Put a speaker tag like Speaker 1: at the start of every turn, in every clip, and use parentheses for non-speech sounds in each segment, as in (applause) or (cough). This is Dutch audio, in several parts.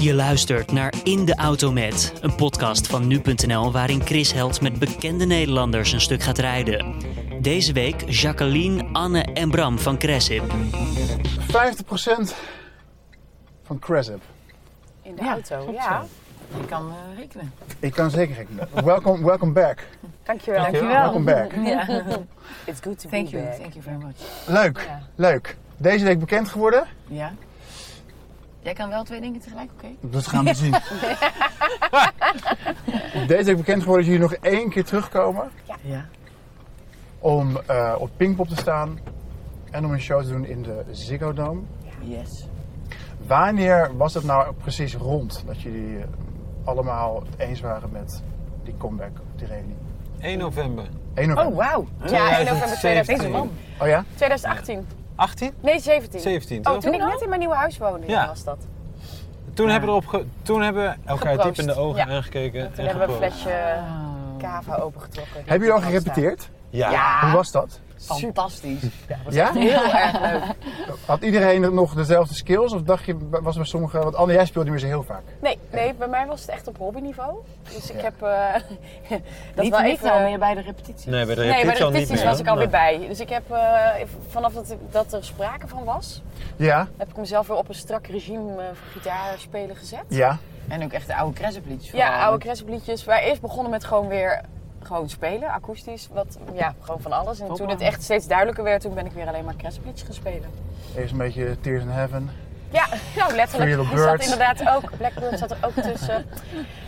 Speaker 1: Je luistert naar In de Auto Met, een podcast van nu.nl waarin Chris Held met bekende Nederlanders een stuk gaat rijden. Deze week Jacqueline, Anne en Bram van Cressip.
Speaker 2: 50% van Cresip.
Speaker 3: In de auto, ja. Je kan eh, rekenen.
Speaker 2: Ik kan zeker gek doen. Welcome, welcome back.
Speaker 4: Dankjewel.
Speaker 2: Welcome back.
Speaker 3: It's good to be
Speaker 4: Thank you,
Speaker 3: back.
Speaker 4: thank you very much.
Speaker 2: Leuk, leuk. Deze week bekend geworden.
Speaker 3: Ja. Jij kan wel twee dingen tegelijk, oké?
Speaker 2: Dat gaan we zien. (laughs) Deze week bekend geworden dat jullie nog één keer terugkomen
Speaker 3: Ja.
Speaker 2: om eh, op Pinkpop te staan en om een show te doen in de Ziggo Dome.
Speaker 3: Yes.
Speaker 2: Wanneer was het nou precies rond dat jullie eh, allemaal het eens waren met die comeback op die reunie?
Speaker 5: 1 november.
Speaker 2: 1 november.
Speaker 4: Oh, wauw. Ja, 1 november
Speaker 5: 2017.
Speaker 4: 2018.
Speaker 2: Oh ja?
Speaker 4: 2018.
Speaker 5: 18?
Speaker 4: Nee, 17.
Speaker 5: 17,
Speaker 4: Oh,
Speaker 5: toch?
Speaker 4: toen ik net in mijn nieuwe huis woonde, ja,
Speaker 5: Ja.
Speaker 4: was dat. Toen
Speaker 5: Toen, hebben we erop ge- toen hebben we elkaar
Speaker 4: Geproost.
Speaker 5: diep in de ogen
Speaker 4: Ja.
Speaker 5: aangekeken. en
Speaker 4: hebben we een
Speaker 5: geproost.
Speaker 4: flesje cava opengetrokken.
Speaker 2: Hebben jullie al gerepeteerd?
Speaker 5: Ja.
Speaker 2: Hoe was dat?
Speaker 3: Fantastisch.
Speaker 2: Ja?
Speaker 3: Heel erg
Speaker 4: (laughs)
Speaker 3: leuk.
Speaker 2: Had iedereen nog dezelfde skills? Of dacht je, was bij sommigen... Want Anne, jij speelde niet meer zo heel vaak.
Speaker 4: Nee, nee, bij mij was het echt op hobbyniveau. Dus ik
Speaker 2: Ja.
Speaker 4: heb... eh, (laughs) dat
Speaker 3: Niet,
Speaker 4: wel
Speaker 3: niet
Speaker 4: even...
Speaker 3: nou meer bij de repetitie.
Speaker 5: Nee, bij de
Speaker 4: Nee, bij
Speaker 5: repetitie
Speaker 4: de
Speaker 5: al niet
Speaker 4: repetities
Speaker 5: meer.
Speaker 4: was ik alweer
Speaker 5: maar-
Speaker 4: bij. Dus ik heb, eh, vanaf dat, ik- dat er sprake van was,
Speaker 2: Ja,
Speaker 4: heb ik mezelf weer op een strak regime eh, voor gitaarspelen gezet.
Speaker 2: ja.
Speaker 3: En ook echt de oude Cressepliedjes
Speaker 4: Ja, oude kressenbliedjes. Waar eerst begonnen met gewoon weer gewoon spelen, akoestisch. Wat, ja, gewoon van alles. En toen het echt steeds duidelijker werd, toen ben ik weer alleen maar kressenbliedjes gaan spelen.
Speaker 2: Eerst een beetje Tears in Heaven.
Speaker 4: Ja, nou letterlijk.
Speaker 2: Three Little
Speaker 4: Er zat
Speaker 2: Birds.
Speaker 4: inderdaad ook, Blackbird zat er ook
Speaker 2: (laughs)
Speaker 4: tussen.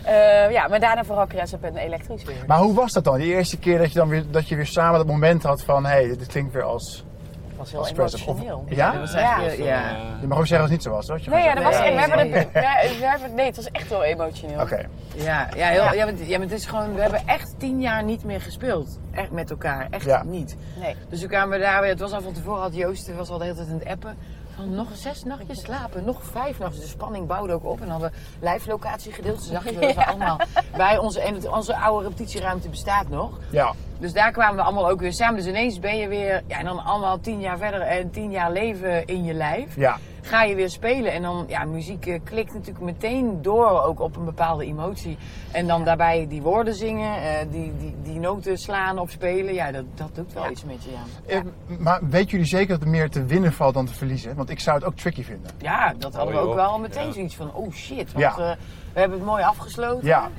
Speaker 4: Eh, ja, maar daarna vooral Cressup en elektrisch weer.
Speaker 2: Maar hoe was dat dan? Die eerste keer dat je, dan weer, dat je weer samen dat moment had van... Hé, hey, dit klinkt weer als...
Speaker 4: Dat was heel
Speaker 2: als Present. Of-
Speaker 4: emotioneel.
Speaker 2: ja?
Speaker 3: Dat was
Speaker 4: Ja.
Speaker 3: echt, eh, ja.
Speaker 2: Je mag ook zeggen dat het niet zo was, hoor. Je
Speaker 4: Nee, ja,
Speaker 2: mag
Speaker 4: dat was,
Speaker 3: Nee,
Speaker 4: en we hebben
Speaker 3: nee.
Speaker 4: het, ja, we hebben, nee, het was echt heel emotioneel.
Speaker 2: zeggen- Oké.
Speaker 3: Ja, ja, heel, ja. want- ja, maar het is gewoon, we hebben echt tien jaar niet meer gespeeld. Echt met elkaar, echt
Speaker 2: Ja.
Speaker 3: niet.
Speaker 4: Nee.
Speaker 3: Dus toen kwamen we daar weer, het was al van tevoren, had Joost die was al de hele tijd aan het appen. Van nog zes nachtjes slapen, nog vijf nachtjes. De spanning bouwde ook op en hadden we live locatie gedeeld. Dus dachten we dat we allemaal, wij, onze, en het- onze oude repetitieruimte bestaat nog.
Speaker 2: Ja.
Speaker 3: Dus daar kwamen we allemaal ook weer samen. Dus ineens ben je weer, ja, en dan allemaal tien jaar verder en tien jaar leven in je lijf.
Speaker 2: Ja.
Speaker 3: Ga je weer spelen en dan, ja, muziek eh, klikt natuurlijk meteen door ook op een bepaalde emotie. En dan daarbij die woorden zingen, eh, die, die, die noten slaan of spelen, ja, dat, dat doet wel iets met je, ja.
Speaker 2: Eh, Maar weten jullie zeker dat er meer te winnen valt dan te verliezen? Want ik zou het ook tricky vinden.
Speaker 3: Ja, dat hadden we
Speaker 5: Oh,
Speaker 3: ook
Speaker 5: joh.
Speaker 3: wel meteen
Speaker 5: Ja.
Speaker 3: zoiets van, oh shit, want
Speaker 2: Ja.
Speaker 3: eh, we hebben het mooi afgesloten.
Speaker 2: Ja.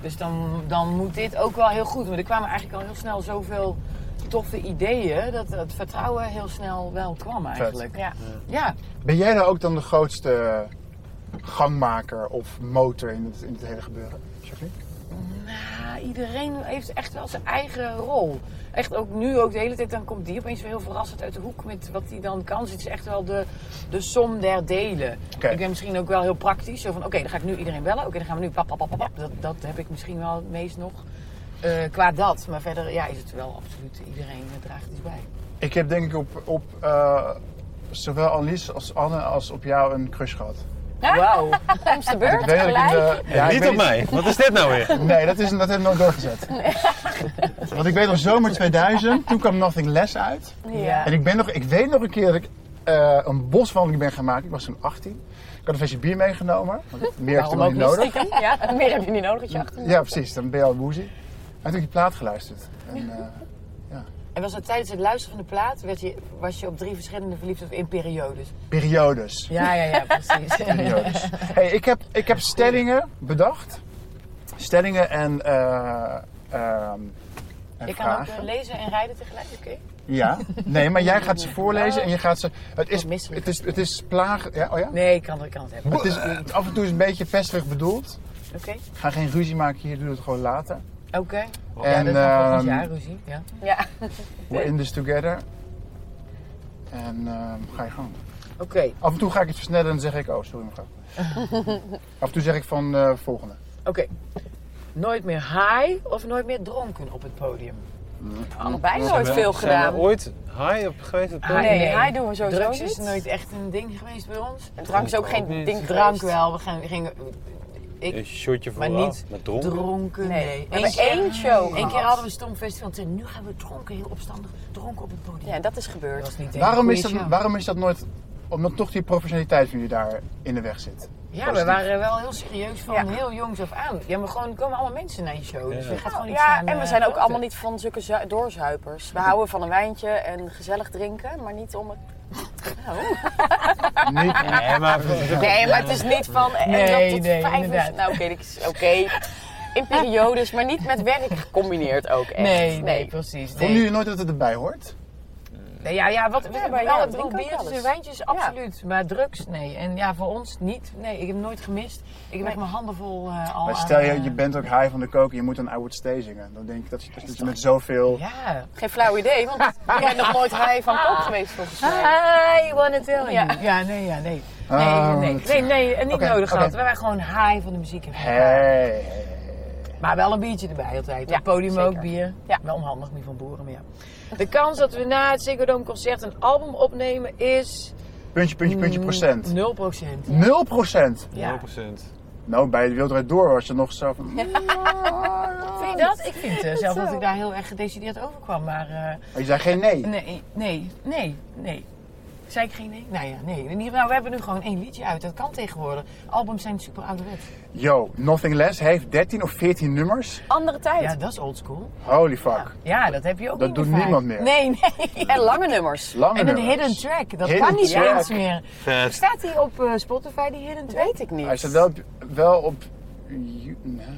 Speaker 3: Dus dan, dan moet dit ook wel heel goed. Maar er kwamen eigenlijk al heel snel zoveel toffe ideeën, dat het vertrouwen heel snel wel kwam eigenlijk.
Speaker 4: Ja.
Speaker 3: Ja,
Speaker 2: Ben jij nou ook dan de grootste gangmaker of motor in het, in het hele gebeuren? Jacqueline?
Speaker 3: Ja, iedereen heeft echt wel zijn eigen rol. Echt ook nu, ook de hele tijd, dan komt die opeens weer heel verrassend uit de hoek met wat hij dan kan. Dus het is echt wel de, de som der delen.
Speaker 2: Oké.
Speaker 3: Ik ben misschien ook wel heel praktisch. Zo van, oké, dan ga ik nu iedereen bellen. Oké, dan gaan we nu pap, pap, pap, pap, pap. Dat, dat heb ik misschien wel het meest nog eh, qua dat. Maar verder, ja, is het wel absoluut, iedereen eh, draagt iets bij.
Speaker 2: Ik heb denk ik op, op eh, zowel Alice als Anne als op jou een crush gehad.
Speaker 3: Wauw.
Speaker 4: Soms de beurt
Speaker 2: Ik weet dat ik in
Speaker 4: gelijk.
Speaker 2: de- ja, ik
Speaker 5: niet
Speaker 2: weet
Speaker 5: op mij. Wat is dit nou weer?
Speaker 2: Nee, dat, is, dat heb ik nog doorgezet. (laughs) Want ik weet nog zomer 2000, toen kwam Nothing Less uit.
Speaker 4: Ja.
Speaker 2: En ik, ben nog, ik weet nog een keer dat ik eh, een boswandeling ben gaan maken. Ik was toen 18. Ik had een flesje bier meegenomen. want Meer heb je toen
Speaker 3: Waarom
Speaker 2: niet
Speaker 3: ook
Speaker 2: nodig.
Speaker 4: Ja, (laughs) meer heb je niet nodig dat je achter
Speaker 2: Ja, precies. Dan ben je al woozy. En toen heb ik die plaat geluisterd. En, eh,
Speaker 3: En was het tijdens het luisteren van de plaat, werd je, was je op drie verschillende verliefd of in periodes?
Speaker 2: periodes.
Speaker 3: Ja, ja, ja, precies. (laughs)
Speaker 2: periodes. Hey, ik, heb, ik heb stellingen bedacht. Stellingen en, eh, ehm, en
Speaker 3: Je kan ook
Speaker 2: vragen.
Speaker 3: eh, lezen en rijden tegelijk, oké?
Speaker 2: Ja. Nee, maar jij gaat ze voorlezen en je gaat ze... Het is,
Speaker 3: Wat misselijk.
Speaker 2: het is, het is plaag... Ja, oh ja?
Speaker 3: Nee, ik kan, ik kan het hebben.
Speaker 2: Het is, het- af en toe is het een beetje pesterig bedoeld.
Speaker 3: Oké.
Speaker 2: Ga geen ruzie maken hier, doe het gewoon later.
Speaker 3: Oké.
Speaker 2: en
Speaker 3: ja, dat gaat volgend
Speaker 2: ehm,
Speaker 3: jaar ruzie. Ja.
Speaker 4: Ja.
Speaker 2: we're in this together. En ehm, ga je gang.
Speaker 3: Oké.
Speaker 2: Af en toe ga ik het versnellen en dan zeg ik, oh sorry
Speaker 3: (laughs)
Speaker 2: mevrouw. af en toe zeg ik van eh, volgende.
Speaker 3: Oké. Nooit meer high of nooit meer dronken op het podium?
Speaker 4: Allebei nooit veel
Speaker 5: Zijn
Speaker 4: gedaan.
Speaker 5: we ooit high op geweest? op-
Speaker 3: Ah,
Speaker 4: Nee,
Speaker 3: Nee.
Speaker 4: hij doen we sowieso
Speaker 3: Drugs
Speaker 4: niet.
Speaker 3: is nooit echt een ding geweest bij ons.
Speaker 4: En drank is ook geen
Speaker 5: Ook niet.
Speaker 4: ding
Speaker 3: Drank
Speaker 4: geweest.
Speaker 3: wel. We gaan, we gingen ik-
Speaker 5: Een shotje
Speaker 3: Maar
Speaker 5: vooraf.
Speaker 3: niet
Speaker 5: met dronken.
Speaker 3: dronken.
Speaker 4: Nee.
Speaker 3: Nee.
Speaker 4: We hebben één show
Speaker 3: Eén keer
Speaker 4: gehad.
Speaker 3: hadden we een stom festival. En nu gaan we dronken, heel opstandig, dronken op het podium.
Speaker 4: Ja, dat is
Speaker 3: Dat
Speaker 4: gebeurd.
Speaker 3: was niet één
Speaker 2: Waarom
Speaker 3: goede
Speaker 2: is, dat,
Speaker 3: show.
Speaker 2: waarom is dat nooit... Omdat toch die professionaliteit van jullie daar in de weg zit. (laughs)
Speaker 3: Ja, we waren wel heel serieus van heel jongs af aan. Ja, maar gewoon er komen allemaal mensen naar je show. Dus
Speaker 5: Ja.
Speaker 3: je gaat gewoon iets
Speaker 4: ja,
Speaker 3: aan,
Speaker 4: en we
Speaker 3: eh,
Speaker 4: zijn ook
Speaker 3: groter.
Speaker 4: allemaal niet van zulke zu- doorzuipers. We houden van een wijntje en gezellig drinken, maar niet om het...
Speaker 2: Niet,
Speaker 5: Nee, maar...
Speaker 4: Nee, maar het is niet van... eh,
Speaker 3: Nee,
Speaker 4: dat tot
Speaker 3: nee,
Speaker 4: vijf uur-
Speaker 3: inderdaad.
Speaker 4: Nou, oké, dat is- oké. In periodes, maar niet met werk gecombineerd ook echt.
Speaker 3: Nee, nee, precies.
Speaker 2: vonden
Speaker 3: Nee.
Speaker 2: jullie nooit dat het erbij hoort?
Speaker 3: Nee, ja, ja, wat,
Speaker 4: Ja,
Speaker 3: we
Speaker 4: maar
Speaker 3: maar
Speaker 4: ja,
Speaker 3: ja,
Speaker 4: dat drink ik ook
Speaker 3: biertjes
Speaker 4: wel eens.
Speaker 3: en wijntjes, absoluut. Maar drugs, nee. En ja, voor ons niet. Nee, ik heb nooit gemist. Ik heb echt mijn handen vol eh al
Speaker 2: Maar
Speaker 3: aan,
Speaker 2: stel je,
Speaker 3: eh,
Speaker 2: je bent ook high van de kook en je moet een I Would Stay zingen. Dan denk ik dat je, dat je met zoveel...
Speaker 3: Ja.
Speaker 4: Geen flauw idee, want ik ben nog nooit high van kook geweest volgens mij.
Speaker 3: I wanna tell you.
Speaker 4: Ja.
Speaker 3: Ja, ja nee, ja, nee. Nee,
Speaker 2: Ah,
Speaker 3: nee,
Speaker 2: wat-
Speaker 3: nee, nee, en niet
Speaker 2: Oké,
Speaker 3: nodig
Speaker 2: oké.
Speaker 3: gehad. We waren gewoon high van de muziek. en van elkaar.
Speaker 2: Hey.
Speaker 3: Maar wel een biertje erbij altijd. Op
Speaker 4: Ja,
Speaker 3: het podium
Speaker 4: zeker.
Speaker 3: ook bier.
Speaker 4: Ja.
Speaker 3: Wel onhandig nu van boeren, maar ja. De kans dat we na het Ziggo Dome concert een album opnemen is...
Speaker 2: Puntje, puntje, puntje, procent.
Speaker 3: 0 procent.
Speaker 2: 0 procent.
Speaker 3: Ja.
Speaker 5: 0%.
Speaker 2: Nou, bij de Wildrijd Door was je nog zo van...
Speaker 3: Vind je dat? Ik vind eh, zelf dat ik daar heel erg gedecideerd over kwam, maar... eh,
Speaker 2: Maar Oh, je zei geen nee.
Speaker 3: Nee, nee, nee, nee. Zei ik geen nee? Nou ja, nee. In ieder geval, we hebben nu gewoon één liedje uit. Dat kan tegenwoordig. Albums zijn super ouderwet.
Speaker 2: Yo, Nothing Less heeft 13 of 14 nummers.
Speaker 4: Andere tijd.
Speaker 3: Ja, dat is oldschool.
Speaker 2: Holy fuck.
Speaker 3: Ja, dat heb je ook
Speaker 2: Dat
Speaker 3: niet
Speaker 2: doet
Speaker 3: meer vaak.
Speaker 2: niemand meer.
Speaker 3: Nee, nee.
Speaker 4: En lange nummers.
Speaker 2: Lange
Speaker 3: En een
Speaker 2: nummers.
Speaker 3: hidden track. Dat
Speaker 2: Hidden
Speaker 3: kan niet
Speaker 2: track.
Speaker 3: eens meer.
Speaker 5: Vet.
Speaker 3: Staat die op eh, Spotify, die hidden
Speaker 4: Dat
Speaker 3: track?
Speaker 4: weet ik niet.
Speaker 2: Hij staat wel op... Wel op you- nou.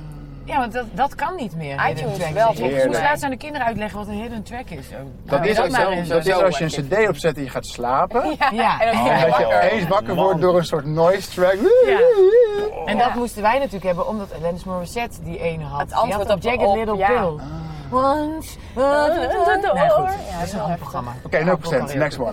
Speaker 3: Ja, want dat, dat kan niet meer. hidden
Speaker 4: iTunes
Speaker 3: track.
Speaker 4: wel,
Speaker 3: Ik
Speaker 4: volgens
Speaker 3: moest
Speaker 2: mij.
Speaker 3: laatst aan de kinderen uitleggen wat een hidden track is. Oh,
Speaker 2: Dat
Speaker 3: nou,
Speaker 2: is, als,
Speaker 3: maar
Speaker 2: dat
Speaker 3: eens.
Speaker 4: zo-
Speaker 2: is als je
Speaker 4: lekker.
Speaker 2: een cd opzet en je gaat slapen.
Speaker 3: Ja.
Speaker 4: En dan
Speaker 5: Oh,
Speaker 4: ben je
Speaker 2: Dat je
Speaker 4: wakker.
Speaker 2: opeens wakker
Speaker 5: Man.
Speaker 2: wordt door een soort noise track.
Speaker 3: En dat moesten wij natuurlijk hebben, omdat Alanis Morissette die ene had.
Speaker 4: Het
Speaker 3: Die had
Speaker 4: antwoord op-
Speaker 3: Jagged
Speaker 4: op-
Speaker 3: Little
Speaker 4: ja. Ah.
Speaker 3: Pill. Once, Nou goed, dat is een ander programma.
Speaker 2: Oké, 0%. Next one.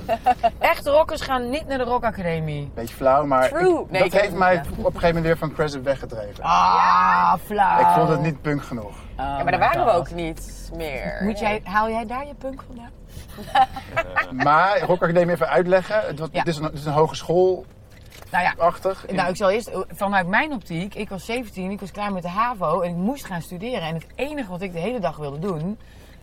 Speaker 3: Echt rockers gaan niet naar de Rock Academie.
Speaker 2: Beetje flauw, maar
Speaker 4: True.
Speaker 2: ik-
Speaker 4: Nee,
Speaker 2: dat
Speaker 4: ik heb
Speaker 2: heeft
Speaker 4: het
Speaker 2: mij op
Speaker 4: niet
Speaker 2: een gegeven moment weer van Crescent weggedreven.
Speaker 3: Ah, flauw. Oh
Speaker 2: Ik vond het niet punk genoeg.
Speaker 4: Ja, maar daar waren we ook niet meer.
Speaker 3: Moet jij, haal jij daar je punk vandaan?
Speaker 2: Maar Rock Academie even uitleggen. Het, was-
Speaker 3: Ja.
Speaker 2: het is een, het is een hogeschoolachtig.
Speaker 3: Nou ja, nou, ik zal eerst vanuit mijn optiek. Ik was 17, ik was klaar met de HAVO en ik moest gaan studeren. En het enige wat ik de hele dag wilde doen,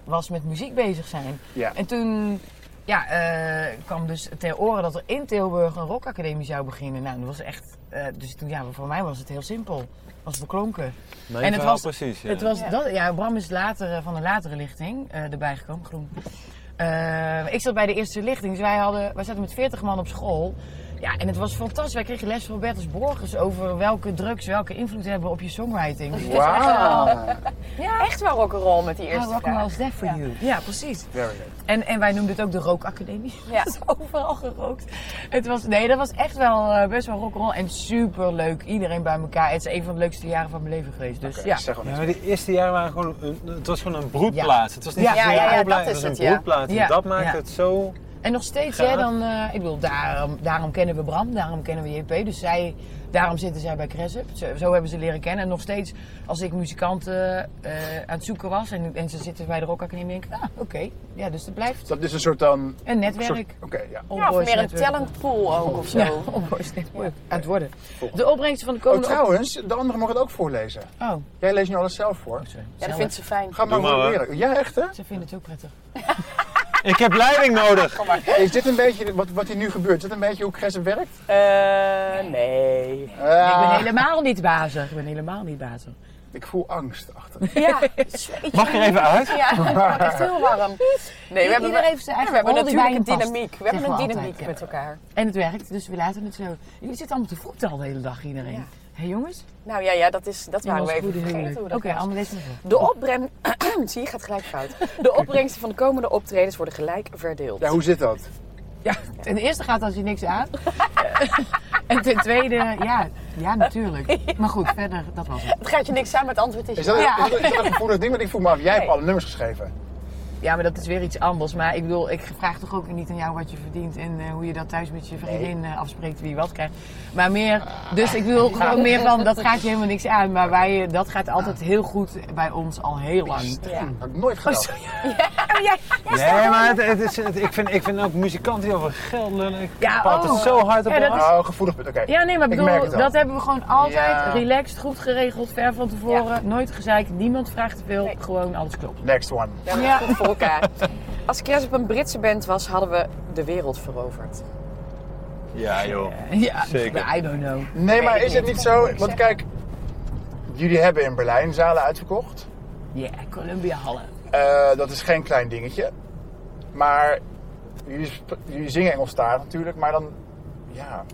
Speaker 3: was met muziek bezig zijn.
Speaker 2: Ja.
Speaker 3: En toen ja, eh, kwam dus ter oren dat er in Tilburg een rockacademie zou beginnen. Nou, dat was echt. eh, dus toen, ja, voor mij was het heel simpel. Was beklonken.
Speaker 5: Mijn
Speaker 3: En het
Speaker 5: verhaal
Speaker 3: was-
Speaker 5: precies, ja.
Speaker 3: Het was dat, ja, Bram is later, eh, van een latere lichting eh, erbij gekomen, groen. Eh, ik zat bij de eerste lichting, dus wij, hadden, wij zaten met 40 man op school. Ja, en het was fantastisch. Wij kregen les van Bertus Borges over welke drugs welke invloed hebben op je songwriting.
Speaker 2: Wauw.
Speaker 4: Echt wel rock'n'roll met die
Speaker 3: How
Speaker 4: eerste
Speaker 3: rock and
Speaker 4: vraag.
Speaker 3: roll is that for you? Ja, precies.
Speaker 2: Very good.
Speaker 3: En, en wij noemden het ook de rookacademie. (laughs)
Speaker 4: Ja.
Speaker 3: Er is overal gerookt. Het was, nee, dat was echt wel eh, best wel rock'n'roll en super leuk. Iedereen bij elkaar. Het is een van de leukste jaren van mijn leven geweest. Dus
Speaker 2: Oké,
Speaker 3: ja.
Speaker 2: Zeg gewoon
Speaker 5: Ja,
Speaker 2: iets.
Speaker 5: maar de eerste jaren waren gewoon een, het was gewoon een broedplaats. Het was niet
Speaker 3: Ja.
Speaker 5: zozeer
Speaker 4: Ja, ja, ja,
Speaker 5: een
Speaker 4: dat
Speaker 5: opleiding,
Speaker 4: is
Speaker 5: het was
Speaker 4: het,
Speaker 5: een
Speaker 4: ja.
Speaker 5: broedplaats.
Speaker 3: Ja.
Speaker 5: En dat maakte
Speaker 3: Ja.
Speaker 5: het zo...
Speaker 3: En nog steeds,
Speaker 5: Gaaf.
Speaker 3: hè, dan, eh, ik bedoel, daarom, daarom kennen we Bram, daarom kennen we JP. Dus zij, daarom zitten zij bij Cressup. Zo, zo hebben ze leren kennen. En nog steeds, als ik muzikanten eh, aan het zoeken was en, en ze zitten bij de Rock Academie, denk ik, ah, oké. Ja, dus dat blijft
Speaker 2: Dat is een soort dan...
Speaker 3: een
Speaker 2: soort-
Speaker 3: netwerk.
Speaker 2: Oké, ja.
Speaker 4: Ja, of
Speaker 3: Old Boys
Speaker 4: meer een
Speaker 3: netwerk.
Speaker 4: talentpool ook of zo.
Speaker 3: Ja, Old Boys netwerk. Aan het worden. De opbrengsten van de
Speaker 2: Oh,
Speaker 3: komende... op-
Speaker 2: trouwens, de andere mag het ook voorlezen.
Speaker 3: Oh,
Speaker 2: Jij leest nu alles zelf voor.
Speaker 3: sorry.
Speaker 4: Ja, dat vindt ze fijn.
Speaker 2: Ga maar
Speaker 5: Doe maar,
Speaker 2: proberen. Ja, echt hè?
Speaker 3: Ze vinden het ook prettig.
Speaker 5: Ik heb leiding nodig!
Speaker 2: Is dit een beetje wat, wat hier nu gebeurt? Is dit een beetje hoe Crescent werkt?
Speaker 4: Eh, nee.
Speaker 3: Ik
Speaker 2: Ah,
Speaker 3: ben helemaal niet bazig. Ik ben helemaal niet bazig.
Speaker 2: ik voel angst achter.
Speaker 4: Ja,
Speaker 5: Mag ik er even uit?
Speaker 4: (laughs) ja, het wordt echt heel warm. Nee, we hebben,
Speaker 3: Iedereen heeft zijn
Speaker 4: ja,
Speaker 3: eigen
Speaker 4: we hebben
Speaker 3: rol die
Speaker 4: natuurlijk een
Speaker 3: bij hem past,
Speaker 4: dynamiek. We hebben
Speaker 3: zeggen
Speaker 4: een
Speaker 3: we
Speaker 4: dynamiek
Speaker 3: altijd, ja.
Speaker 4: met elkaar.
Speaker 3: En het werkt, dus we laten het zo. Jullie zitten allemaal te voeten al de hele dag, iedereen.
Speaker 4: Ja.
Speaker 3: Hé jongens?
Speaker 4: Nou ja, ja dat, is, dat
Speaker 3: Ja,
Speaker 4: waren we
Speaker 3: was
Speaker 4: even
Speaker 3: goed, heel
Speaker 4: vergeten
Speaker 3: leuk.
Speaker 4: hoe
Speaker 3: Oké,
Speaker 4: dat was.
Speaker 3: allemaal deze nog.
Speaker 4: De opbreng... (clears throat) Zie je, gaat gelijk fout. De opbrengsten van de komende optredens worden gelijk verdeeld.
Speaker 2: Ja, hoe zit dat?
Speaker 3: Ja, ten eerste gaat als je niks aan. (laughs) en ten tweede, ja, ja natuurlijk. Maar goed, verder, dat was het.
Speaker 4: Het gaat je niks aan, maar het antwoord is
Speaker 2: Is
Speaker 4: ja.
Speaker 2: dat,
Speaker 3: Ja.
Speaker 2: is dat- is dat een gevoelig ding? Want ik voel me af, jij hebt
Speaker 4: Nee.
Speaker 2: alle nummers geschreven.
Speaker 3: Ja, maar dat is weer iets anders. Maar ik bedoel, ik vraag toch ook niet aan jou wat je verdient en eh, hoe je dat thuis met je vriendin eh, afspreekt wie wat krijgt. Maar meer, dus ik bedoel gewoon meer van, dat gaat je helemaal niks aan. Maar wij, eh, dat gaat altijd heel goed bij ons al heel lang.
Speaker 4: Ja.
Speaker 2: Had ik
Speaker 3: Oh,
Speaker 2: nooit gedacht.
Speaker 5: Nee, maar het, het is, het- ik, vind, ik vind ook muzikanten die over geld lullen. Ik
Speaker 3: Ja,
Speaker 5: pak altijd
Speaker 3: oh.
Speaker 5: zo hard op
Speaker 3: Ja, dat
Speaker 5: af.
Speaker 3: is-
Speaker 2: Oh, gevoelig punt. Oké.
Speaker 3: Ja, nee, maar
Speaker 2: Ik
Speaker 3: bedoel,
Speaker 2: merk het al.
Speaker 3: dat hebben we gewoon altijd
Speaker 2: Ja.
Speaker 3: relaxed, goed geregeld, ver van tevoren. Nooit gezeik, niemand vraagt te veel,
Speaker 4: Nee.
Speaker 3: gewoon alles klopt.
Speaker 2: Next one.
Speaker 4: We hebben het goed voor elkaar. Als Cres op een Britse band was, hadden we de wereld veroverd.
Speaker 5: Ja, joh.
Speaker 3: (laughs) Ja,
Speaker 5: Zeker.
Speaker 3: I don't know.
Speaker 2: Nee, maar
Speaker 3: ik
Speaker 2: is het niet zo? Want kijk, jullie hebben in Berlijn zalen uitverkocht.
Speaker 3: Ja, Columbia Hallen.
Speaker 2: Eh, dat is geen klein dingetje. Maar jullie, sp- jullie zingen Engelstalig natuurlijk, maar dan... Ja.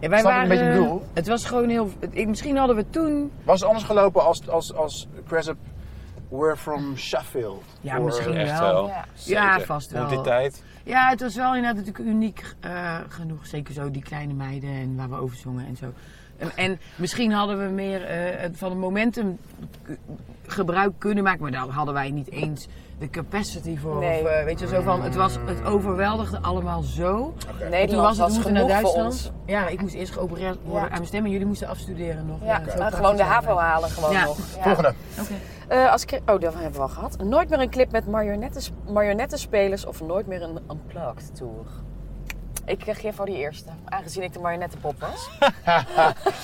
Speaker 3: Ja, wij
Speaker 2: Snap je een
Speaker 3: waren,
Speaker 2: beetje het doel?
Speaker 3: Het was gewoon heel... ik- misschien hadden we toen...
Speaker 2: Was het anders gelopen als, als, als Cresap We're from Sheffield?
Speaker 3: Ja,
Speaker 2: Or-
Speaker 3: misschien.
Speaker 5: Echt
Speaker 3: wel.
Speaker 5: wel.
Speaker 4: Ja.
Speaker 5: Zeker.
Speaker 3: vast wel.
Speaker 5: Op die tijd.
Speaker 3: Ja, het was wel inderdaad natuurlijk uniek eh, genoeg. Zeker zo die kleine meiden en waar we over zongen en zo. En, en misschien hadden we meer eh, het van het momentum k- gebruik kunnen maken. Maar daar hadden wij niet eens de capacity voor.
Speaker 4: Nee.
Speaker 3: Of, eh, weet je, zo van, het, was, het overweldigde allemaal zo. En toen was
Speaker 4: Nederland
Speaker 3: het,
Speaker 4: was
Speaker 3: we moeten
Speaker 4: genoeg
Speaker 3: naar
Speaker 4: voor
Speaker 3: Duitsland.
Speaker 4: ons.
Speaker 3: Ja, ik moest eerst geopereerd worden
Speaker 4: Ja.
Speaker 3: aan mijn stem. En jullie moesten afstuderen nog.
Speaker 4: Ja,
Speaker 3: eh, zo
Speaker 4: nou,
Speaker 3: praktisch
Speaker 4: gewoon de
Speaker 3: allebei.
Speaker 4: HAVO halen gewoon
Speaker 3: Ja.
Speaker 4: nog. Ja.
Speaker 2: Volgende.
Speaker 4: Eh, als ik- oh, dat hebben we al gehad. Nooit meer een clip met marionettes, marionettenspelers of nooit meer een Unplugged Tour. Ik eh, geef voor die eerste, aangezien ik de marionettenpop was.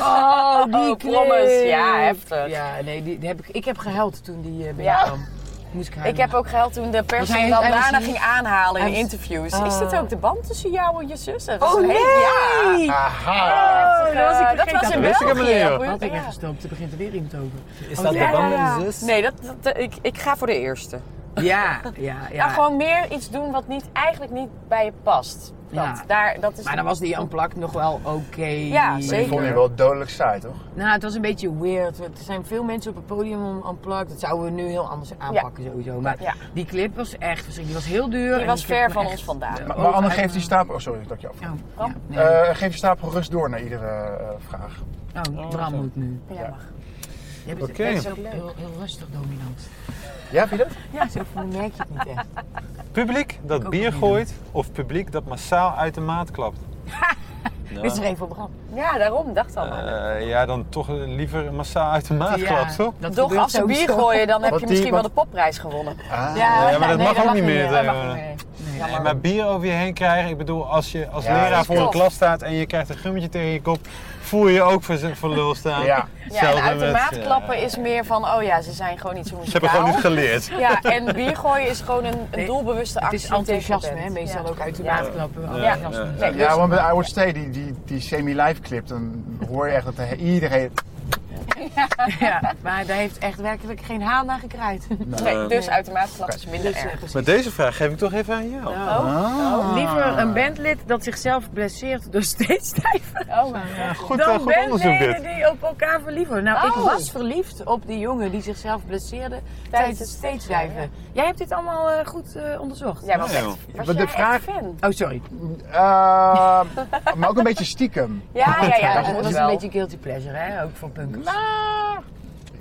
Speaker 3: Oh, die
Speaker 4: Oh, promise. Ja,
Speaker 3: clip.
Speaker 4: heftig.
Speaker 3: Ja, nee, die, die heb ik, ik heb gehuild toen die eh binnenkwam.
Speaker 4: Ja.
Speaker 3: Moest ik huilen.
Speaker 4: Ik heb ook gehuild toen de pers
Speaker 3: Want hij-
Speaker 4: hem dan
Speaker 3: hij was
Speaker 4: daarna
Speaker 3: niet-
Speaker 4: ging aanhalen
Speaker 3: hij
Speaker 4: in
Speaker 3: was-
Speaker 4: interviews.
Speaker 3: Ah.
Speaker 4: Is dit ook de band tussen jou en je zus? Dat was
Speaker 3: Oh
Speaker 4: een
Speaker 3: nee! Oh,
Speaker 4: hele- Ja.
Speaker 2: Aha!
Speaker 4: Eh, dat was, in
Speaker 5: wist ik helemaal
Speaker 4: België.
Speaker 5: niet, joh.
Speaker 4: Hoe-
Speaker 3: Had ik
Speaker 4: Oh ja.
Speaker 3: er gestopt, er begint er weer iemand over.
Speaker 5: Is dat
Speaker 3: ja,
Speaker 5: de band
Speaker 3: ja,
Speaker 5: met de zus?
Speaker 4: Nee, dat, dat- ik, ik ga voor de eerste.
Speaker 3: Ja, ja, ja.
Speaker 4: Ja. gewoon meer iets doen wat niet, eigenlijk niet bij je past. Dat,
Speaker 3: Ja.
Speaker 4: daar, dat is
Speaker 3: Maar dan was die unplugged nog wel oké.
Speaker 4: Ja,
Speaker 2: Ik
Speaker 4: zeker.
Speaker 2: vond je wel dodelijk saai, toch?
Speaker 3: Nou, het was een beetje weird. Er zijn veel mensen op het podium om unplugged. Dat zouden we nu heel anders aanpakken sowieso. Maar
Speaker 4: Ja.
Speaker 3: die clip was echt verschrikkelijk. Die was heel duur.
Speaker 4: Die
Speaker 3: en
Speaker 4: was
Speaker 3: ik heb
Speaker 4: ver
Speaker 3: me
Speaker 4: van
Speaker 3: echt-
Speaker 4: ons vandaan.
Speaker 2: Maar, maar Anne,
Speaker 3: Overheid-
Speaker 2: geef die stapel... Oh, sorry dat ik je afvraag.
Speaker 3: Oh,
Speaker 4: Bram?
Speaker 3: ja, nee.
Speaker 2: Eh, geef die stapel gerust door naar iedere eh, vraag.
Speaker 3: oh, Bram moet nu.
Speaker 4: Ja, mag.
Speaker 3: Je bent
Speaker 5: Oké.
Speaker 3: je bent zo heel, heel rustig dominant.
Speaker 2: Ja, heb je dat?
Speaker 3: Ja, zo merk je het niet echt.
Speaker 5: Publiek dat
Speaker 3: ook
Speaker 5: bier
Speaker 3: opnieuw.
Speaker 5: gooit of publiek dat massaal uit de maat klapt? Nou,
Speaker 3: Dit is er één voor Bram.
Speaker 4: ja daarom, dacht al maar.
Speaker 5: eh, ja, dan toch liever massaal uit de maat klapt, toch?
Speaker 3: dat
Speaker 4: Toch,
Speaker 3: gebeurt
Speaker 4: als ze bier
Speaker 3: sowieso.
Speaker 4: gooien, dan heb
Speaker 2: Want
Speaker 4: je
Speaker 2: die-
Speaker 4: misschien wel de
Speaker 2: want-
Speaker 4: popprijs gewonnen.
Speaker 2: Ah.
Speaker 5: Ja, maar dat mag ook niet meer,
Speaker 4: Dat mag
Speaker 5: eh,
Speaker 4: niet meer.
Speaker 3: Nee.
Speaker 5: Nee, maar bier over je heen krijgen, ik bedoel, als je als
Speaker 2: Ja, dat
Speaker 5: leraar
Speaker 2: is
Speaker 5: voor een
Speaker 4: klopt.
Speaker 5: klas staat en je krijgt een gummetje tegen je kop, voel je je ook voor, z- voor lul staan.
Speaker 2: Ja.
Speaker 4: Ja, en
Speaker 5: Hetzelfde
Speaker 4: uit de
Speaker 5: met, eh,
Speaker 4: maat
Speaker 5: ja.
Speaker 4: klappen is meer van, oh ja, ze zijn gewoon niet zo
Speaker 5: Ze hebben
Speaker 4: muzikaal.
Speaker 5: gewoon niet geleerd.
Speaker 4: Ja, en bier gooien is gewoon een, een
Speaker 3: Nee,
Speaker 4: doelbewuste
Speaker 3: Het
Speaker 4: actie.
Speaker 3: is
Speaker 4: die je tegen
Speaker 3: enthousiasme,
Speaker 4: bent.
Speaker 3: hè? Meestal
Speaker 4: Ja.
Speaker 3: ook uit de
Speaker 4: Ja.
Speaker 3: maat klappen.
Speaker 5: Ja.
Speaker 3: enthousiasme.
Speaker 5: Ja.
Speaker 4: Nee,
Speaker 2: Ja,
Speaker 4: dus-
Speaker 2: want bij I Would Stay, die, die, die semi-live clip, dan hoor je echt dat de- iedereen...
Speaker 3: Ja, (laughs) maar daar heeft echt werkelijk geen haan naar gekraaid. (laughs)
Speaker 4: nee, dus uit de maat klappen is minder
Speaker 3: Dus,
Speaker 4: erg. Oh,
Speaker 5: Maar deze vraag geef ik toch even aan jou.
Speaker 4: Nou.
Speaker 3: Ah.
Speaker 2: Oh,
Speaker 3: Liever een bandlid dat zichzelf blesseert door steeds stijver
Speaker 4: Oh, maar.
Speaker 5: Goed, eh,
Speaker 3: dan
Speaker 5: goed onderzoek
Speaker 3: bandleden
Speaker 5: dit.
Speaker 3: die op elkaar verlieven. Nou, ik
Speaker 4: Oh.
Speaker 3: was verliefd op die jongen die zichzelf blesseerde tijdens het
Speaker 4: het
Speaker 3: steeds
Speaker 4: stijven,
Speaker 3: stijven. Jij hebt dit allemaal eh, goed eh, onderzocht.
Speaker 4: Jij was
Speaker 5: Ja,
Speaker 4: echt,
Speaker 5: joh.
Speaker 4: was
Speaker 2: de
Speaker 4: jij
Speaker 2: vraag-
Speaker 4: echt fan?
Speaker 3: Oh, sorry.
Speaker 2: Eh, maar ook een beetje stiekem.
Speaker 4: Ja, ja, ja.
Speaker 3: dat Nou. was
Speaker 4: wel.
Speaker 3: een beetje guilty pleasure, hè? Ook voor punkers. Oh,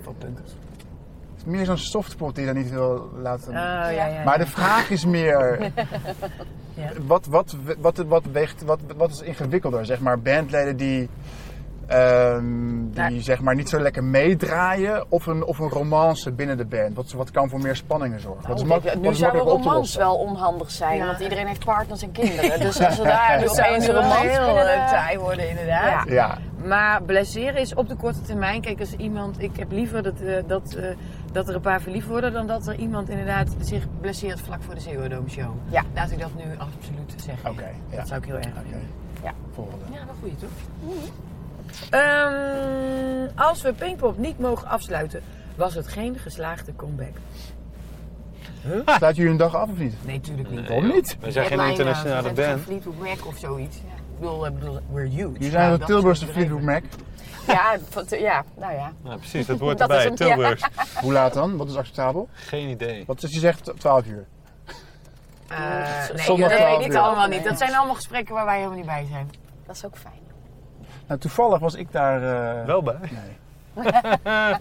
Speaker 3: Voor punkers.
Speaker 2: Het is meer zo'n softpot die je dan niet wil laten...
Speaker 3: Oh, ja, ja, ja.
Speaker 2: Maar de vraag is
Speaker 4: (laughs)
Speaker 2: meer,
Speaker 3: Ja.
Speaker 2: wat, wat, wat, wat, weegt, wat, wat is ingewikkelder? Zeg maar bandleden die, ehm, die
Speaker 3: Nou.
Speaker 2: zeg maar niet zo lekker meedraaien of een, of een romance binnen de band? Wat, wat kan voor meer spanningen zorgen? Wat is mak- wat
Speaker 4: Kijk, eh, nu
Speaker 2: is
Speaker 4: zou een
Speaker 2: makkelijker op te
Speaker 4: romans
Speaker 2: lossen?
Speaker 4: wel onhandig zijn,
Speaker 3: Ja.
Speaker 4: want iedereen heeft partners en kinderen. Dus als we daar nu
Speaker 3: Dat zou
Speaker 4: opeens een
Speaker 3: wel
Speaker 4: romans
Speaker 3: heel
Speaker 4: binnen de-
Speaker 3: eh, taai worden, inderdaad.
Speaker 4: Ja.
Speaker 2: Ja,
Speaker 3: Maar blesseren is op de korte termijn. Kijk, als iemand. Ik heb liever dat, eh, dat, eh, dat er een paar verliefd worden. dan dat er iemand inderdaad zich blesseert vlak voor de Zeeuwendome Show.
Speaker 4: Ja.
Speaker 3: Laat ik dat nu absoluut zeggen.
Speaker 2: Oké, ja.
Speaker 3: Dat zou ik heel erg vinden.
Speaker 4: Ja.
Speaker 2: volgende.
Speaker 3: Ja, wel goeie toch? Mhm. Ehm, als we Pinkpop niet mogen afsluiten, was het geen geslaagde comeback.
Speaker 2: Sluit jullie een dag af of niet?
Speaker 3: Nee, tuurlijk niet.
Speaker 2: Waarom niet?
Speaker 5: We zijn geen
Speaker 3: Headliner,
Speaker 5: internationale
Speaker 3: we zijn geen
Speaker 5: band.
Speaker 3: Fleetwood Mac of zoiets. Ik bedoel, ik bedoel, we're huge.
Speaker 2: Jullie zijn
Speaker 3: Maar
Speaker 2: de
Speaker 3: dat
Speaker 2: Tilburgse
Speaker 3: is overdreven.
Speaker 2: Fleetwood Mac.
Speaker 4: Ja, v- ja, nou ja.
Speaker 5: Nou, precies, dat
Speaker 4: (laughs)
Speaker 5: hoort
Speaker 4: Dat is
Speaker 5: erbij.
Speaker 4: een- ja.
Speaker 5: Tilburgs.
Speaker 2: Hoe laat dan? Wat is acceptabel?
Speaker 5: Geen idee.
Speaker 2: Wat is je zegt 12 uur?
Speaker 3: Eh, nee,
Speaker 2: Zondag
Speaker 3: dat
Speaker 2: 12
Speaker 3: weet ik
Speaker 2: uur.
Speaker 3: allemaal niet. Dat zijn allemaal gesprekken waar wij helemaal niet bij zijn.
Speaker 4: Dat is ook fijn.
Speaker 2: Nou, toevallig was ik daar. eh,
Speaker 5: Wel bij.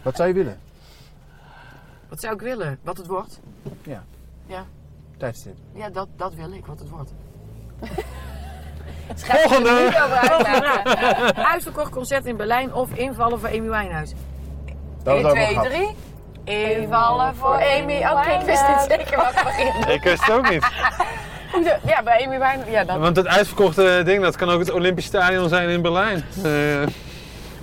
Speaker 2: Wat zou je willen?
Speaker 3: Wat zou ik willen? Wat het wordt?
Speaker 2: Tijdstip.
Speaker 3: Ja, dat, dat wil ik, wat het (laughs) wordt.
Speaker 5: Volgende!
Speaker 3: Nou, Uitverkocht concert in Berlijn of invallen voor Amy Wijnhuis.
Speaker 2: Dat was
Speaker 4: 1,
Speaker 2: ook wel
Speaker 4: 2,
Speaker 2: grappig.
Speaker 4: 3. Invallen voor Amy. Oké, ik wist niet zeker wat begin.
Speaker 5: Ik wist het ook niet.
Speaker 4: Ja, bij Amy Wijn. Ja, dan...
Speaker 5: Want dat uitverkochte ding, dat kan ook het Olympisch Stadion zijn in Berlijn. Eh,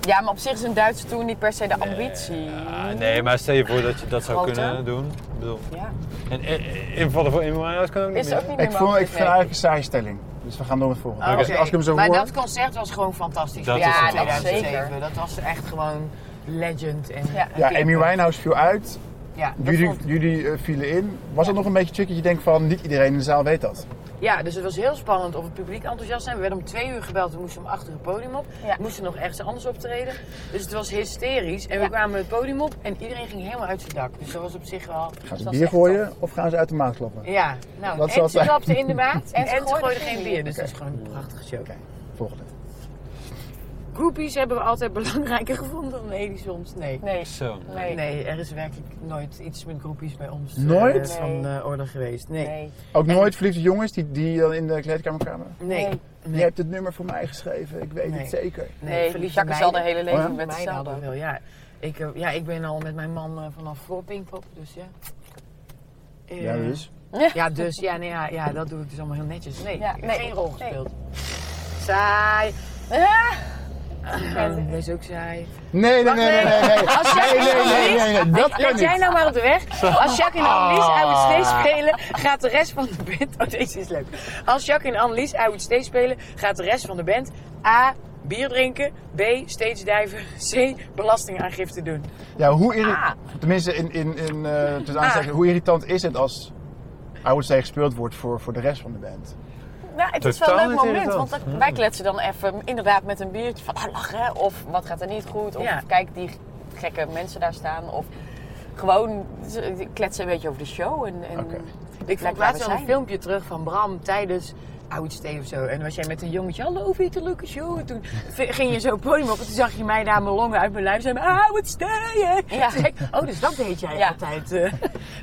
Speaker 4: ja, maar op zich is een Duitse tour niet per se de ambitie.
Speaker 5: ah, nee, maar stel je voor dat je dat zou
Speaker 4: Groter.
Speaker 5: kunnen doen. Ik bedoel,
Speaker 4: Ja.
Speaker 5: en eh, invallen voor Emmanuel kan ook niet
Speaker 4: Is
Speaker 5: meer.
Speaker 4: ook niet meer
Speaker 2: Ik, vond, ik
Speaker 4: mogelijk,
Speaker 2: vind
Speaker 4: nee.
Speaker 2: eigenlijk een saaie stelling. Dus we gaan door met het volgende.
Speaker 3: Ah, Oké.
Speaker 2: Als, als ik hem zo
Speaker 3: maar
Speaker 2: hoor.
Speaker 3: dat concert was gewoon fantastisch.
Speaker 5: Dat
Speaker 3: ja,
Speaker 5: is het
Speaker 3: dat
Speaker 4: fantastisch.
Speaker 3: zeker. Dat was echt gewoon legend. En,
Speaker 4: Ja.
Speaker 3: en
Speaker 2: ja,
Speaker 3: kicken.
Speaker 2: Amy Winehouse viel uit.
Speaker 3: Ja, dat
Speaker 2: Jullie,
Speaker 3: vond-
Speaker 2: jullie eh, vielen in. Was het nog een beetje chick dat je denkt van niet iedereen in de zaal weet dat?
Speaker 3: ja, dus het was heel spannend of het publiek enthousiast zijn. We werden om twee uur gebeld, we moesten om achter het podium op.
Speaker 4: Ja.
Speaker 3: We moesten nog ergens anders optreden. Dus het was hysterisch. En
Speaker 4: Ja.
Speaker 3: we kwamen het podium op en iedereen ging helemaal uit zijn dak. Dus dat was op zich wel...
Speaker 2: Gaan ze
Speaker 3: dat was
Speaker 2: bier
Speaker 3: echt
Speaker 2: gooien
Speaker 3: tof.
Speaker 2: of gaan ze uit de maat kloppen?
Speaker 3: Ja, nou,
Speaker 2: Dat
Speaker 3: en
Speaker 2: zal
Speaker 3: ze
Speaker 2: zijn.
Speaker 3: klapte in de maat (laughs) en,
Speaker 4: En
Speaker 3: ze
Speaker 4: ze
Speaker 3: gooiden
Speaker 4: gooiden
Speaker 3: geen
Speaker 4: geen
Speaker 3: bier. Dus
Speaker 2: Oké.
Speaker 3: dat is gewoon een prachtige show.
Speaker 2: Oké, volgende.
Speaker 3: Groupies hebben we altijd belangrijker (laughs) gevonden dan Edisons. Nee.
Speaker 4: Nee.
Speaker 5: Zo.
Speaker 4: Nee. nee.
Speaker 3: Nee, er is werkelijk nooit iets met groepjes bij ons eh,
Speaker 2: Nooit?
Speaker 3: van eh, orde geweest. Nee. Nee.
Speaker 2: Ook nooit verliefde jongens die, die dan in de kleedkamer kwamen?
Speaker 3: nee.
Speaker 4: Nee.
Speaker 2: Je hebt het nummer voor mij geschreven, ik weet
Speaker 3: Nee.
Speaker 2: het zeker.
Speaker 4: Nee,
Speaker 3: verliefde
Speaker 4: Jacques is al de
Speaker 3: meiden.
Speaker 4: hele
Speaker 2: Oh ja?
Speaker 4: leven met
Speaker 3: Meiden hadden
Speaker 4: dezelfde.
Speaker 3: we wel, ja. Ik, eh, ja. Ik ben al met mijn man eh, vanaf voor Pinkpop, dus ja. Eh,
Speaker 2: Ja, dus.
Speaker 3: Ja, dus. Ja, nee, ja, ja, dat doe ik dus allemaal heel netjes. Nee,
Speaker 4: Ja,
Speaker 3: ik heb
Speaker 4: nee,
Speaker 3: geen rol
Speaker 4: nee.
Speaker 3: gespeeld. Saai.
Speaker 4: Ja.
Speaker 3: Ah, Wees ook saai.
Speaker 2: Nee, nee, nee, nee, nee, nee.
Speaker 4: Als
Speaker 2: Nee, nee, nee, nee, nee, dat Ah. kan
Speaker 4: Let jij
Speaker 2: niet.
Speaker 4: nou maar op de weg.
Speaker 3: Als Jacques en Annelies uit het steeds spelen, gaat de rest van de band. Oh, deze is leuk. Als Jacques en Annelies uit het steeds spelen, gaat de rest van de band A. Bier drinken. B. Steeds duiven. C. Belastingaangifte doen.
Speaker 2: Ja, hoe
Speaker 3: Ah.
Speaker 2: irritant, tenminste in, in, in eh tussen aanstekens, hoe irritant is het als Ouders tegen gespeeld wordt voor, voor de rest van de band?
Speaker 4: Nou, het is wel
Speaker 5: Totaal
Speaker 4: een leuk
Speaker 5: niet
Speaker 4: moment,
Speaker 5: irritant.
Speaker 4: want dan- wij kletsen dan even inderdaad met een biertje van ah, lachen. Of wat gaat er niet goed. Of
Speaker 3: Ja.
Speaker 4: kijk die gekke mensen daar staan. Of gewoon z- kletsen een beetje over de show. En, en
Speaker 2: Oké.
Speaker 3: Ik
Speaker 4: Kijk
Speaker 3: vond
Speaker 4: waar we
Speaker 3: laatst wel een
Speaker 4: zijn.
Speaker 3: filmpje terug van Bram tijdens Oudste of zo. En dan was jij met een jongetje, hallo Vita Lucas, joh. En toen v- ging je zo het podium op en toen zag je mij daar mijn longen uit mijn lijf "Ah, zijn. Oudste!
Speaker 4: Ja.
Speaker 3: Toen zei ik, oh, dus dat deed jij
Speaker 4: Ja.
Speaker 3: altijd. eh.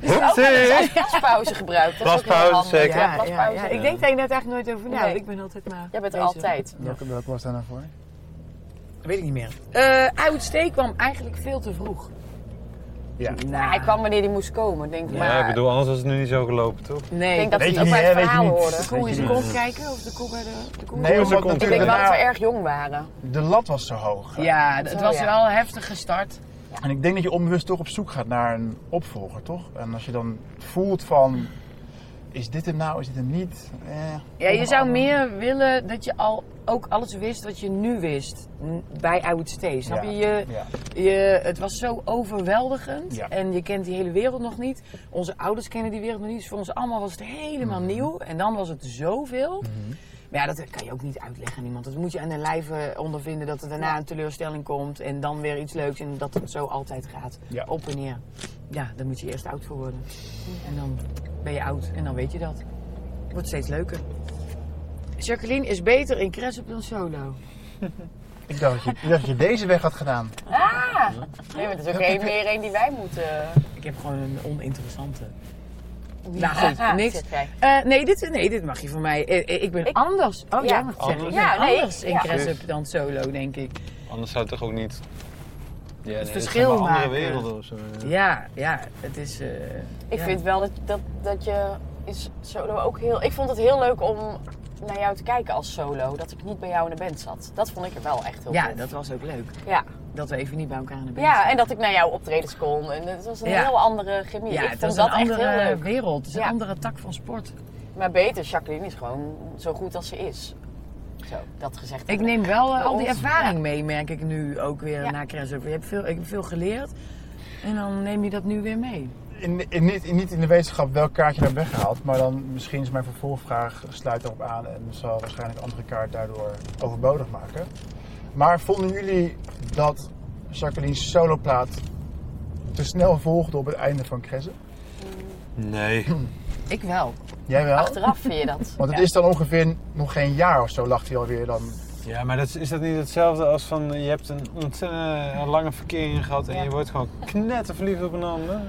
Speaker 5: Hupsie!
Speaker 4: plaspauze gebruikt. Dat is ook heel
Speaker 5: Plaspauze,
Speaker 4: handig.
Speaker 5: zeker.
Speaker 4: Ja,
Speaker 3: Ja, ja,
Speaker 4: plaspauze.
Speaker 3: ja. Ik denk daar inderdaad eigenlijk nooit over na.
Speaker 4: Nee.
Speaker 3: Ik ben altijd maar...
Speaker 4: Jij bent er
Speaker 3: bezig.
Speaker 4: altijd.
Speaker 2: Welke, welke was daar nou voor?
Speaker 3: Dat weet ik niet meer. Eh Oudste kwam eigenlijk veel te vroeg.
Speaker 2: Ja.
Speaker 4: Nou, hij kwam wanneer hij moest komen, denk ik.
Speaker 5: Ja,
Speaker 4: maar
Speaker 5: ik bedoel, anders was het nu niet zo gelopen, toch?
Speaker 3: Nee.
Speaker 4: ik denk dat
Speaker 2: Weet
Speaker 4: ze
Speaker 2: je
Speaker 4: ook
Speaker 2: niet,
Speaker 4: mijn
Speaker 2: hè? Weet je
Speaker 4: verhalen
Speaker 2: niet.
Speaker 4: horen.
Speaker 3: de koe in zijn
Speaker 2: Nee.
Speaker 3: kont kijken of de koe bij de, de koe. Nou.
Speaker 2: Nee, omdat
Speaker 5: seconden.
Speaker 4: Ik denk
Speaker 2: natuurlijk
Speaker 4: wel dat we
Speaker 2: daarna
Speaker 4: erg jong waren.
Speaker 2: de lat was zo hoog.
Speaker 3: Ja, het
Speaker 4: Zo,
Speaker 3: was
Speaker 4: ja.
Speaker 3: wel heftig gestart.
Speaker 2: En ik denk dat je onbewust toch op zoek gaat naar een opvolger, toch? En als je dan voelt van, is dit hem nou, is dit hem niet? Eh,
Speaker 3: Ja, je zou meer willen dat je al ook alles wist wat je nu wist n- bij Oudstee. Snap
Speaker 2: Ja,
Speaker 3: je? Je,
Speaker 2: ja.
Speaker 3: je? Het was zo overweldigend
Speaker 2: Ja.
Speaker 3: en je kent die hele wereld nog niet. Onze ouders kennen die wereld nog niet. Dus voor ons allemaal was het helemaal
Speaker 2: Mhm.
Speaker 3: nieuw. En dan was het zoveel. Maar ja, dat kan je ook niet uitleggen aan iemand. Dat moet je aan de lijve ondervinden dat er daarna een teleurstelling komt. En dan weer iets leuks. En dat het zo altijd gaat.
Speaker 2: Ja.
Speaker 3: Op en neer. Ja, daar moet je eerst oud voor worden. En dan ben je oud en dan weet je dat. Wordt steeds leuker. Jacqueline is beter in op dan solo.
Speaker 2: Ik dacht dat, je, ik dacht dat je deze weg had gedaan.
Speaker 4: Nee, maar het is ook
Speaker 5: (laughs)
Speaker 4: één meer één die wij moeten...
Speaker 3: Ik heb gewoon een oninteressante.
Speaker 4: die
Speaker 3: Nou goed, (laughs)
Speaker 4: haat
Speaker 3: niks.
Speaker 4: zit krijgen.
Speaker 3: Eh, nee, dit, nee, dit mag je van mij. Eh, eh, ik ben
Speaker 4: Ik-
Speaker 3: anders. Oh,
Speaker 4: Ja.
Speaker 3: jij mag het zeggen. Ik ben
Speaker 4: Ja, nee,
Speaker 3: anders
Speaker 4: ik-
Speaker 3: in
Speaker 4: ja.
Speaker 3: Cressup dan solo, denk ik.
Speaker 5: Anders zou het toch ook niet... Ja, nee,
Speaker 3: verschil
Speaker 5: dat zijn wel andere
Speaker 3: maken.
Speaker 5: werelden of zo.
Speaker 3: Ja, ja, het is... eh,
Speaker 4: Ik
Speaker 3: ja.
Speaker 4: vind wel dat, dat, dat je is solo ook heel... Ik vond het heel leuk om naar jou te kijken als solo. Dat ik niet bij jou in de band zat. Dat vond ik er wel echt heel
Speaker 3: Ja,
Speaker 4: tof.
Speaker 3: dat was ook leuk.
Speaker 4: Ja.
Speaker 3: Dat we even niet bij elkaar in de band
Speaker 4: ja, en dat ik naar jouw optredens kon. En het was een
Speaker 3: Ja.
Speaker 4: heel andere chemie.
Speaker 3: Ja,
Speaker 4: ik
Speaker 3: het was
Speaker 4: vond dat
Speaker 3: een
Speaker 4: echt
Speaker 3: andere
Speaker 4: heel leuk.
Speaker 3: wereld. Het is een
Speaker 4: Ja.
Speaker 3: andere tak van sport.
Speaker 4: Maar beter, Jacqueline is gewoon zo goed als ze is. Zo, dat gezegd.
Speaker 3: Ik
Speaker 4: hebben.
Speaker 3: neem wel eh,
Speaker 4: Bij
Speaker 3: al die
Speaker 4: ons,
Speaker 3: ervaring mee, merk ik nu ook weer
Speaker 4: Ja.
Speaker 3: na Cressup. Je hebt veel, ik heb veel geleerd. En dan neem je dat nu weer mee.
Speaker 2: In, in, niet, in- niet in de wetenschap welk kaartje werd weggehaald, maar dan misschien is mijn vervolgvraag sluit daarop aan en zal waarschijnlijk een andere kaart daardoor overbodig maken. Maar vonden jullie dat Jacqueline's soloplaat te snel volgde op het einde van Kressen?
Speaker 5: Nee.
Speaker 3: Ik wel.
Speaker 2: Jij wel?
Speaker 4: Achteraf vind je dat.
Speaker 2: Want het is dan ongeveer nog geen jaar of zo, lacht hij alweer dan.
Speaker 5: Ja, maar dat is, is dat niet hetzelfde als van eh, je hebt een ontzettend eh, lange verkering gehad en je wordt gewoon knetterverliefd op een ander.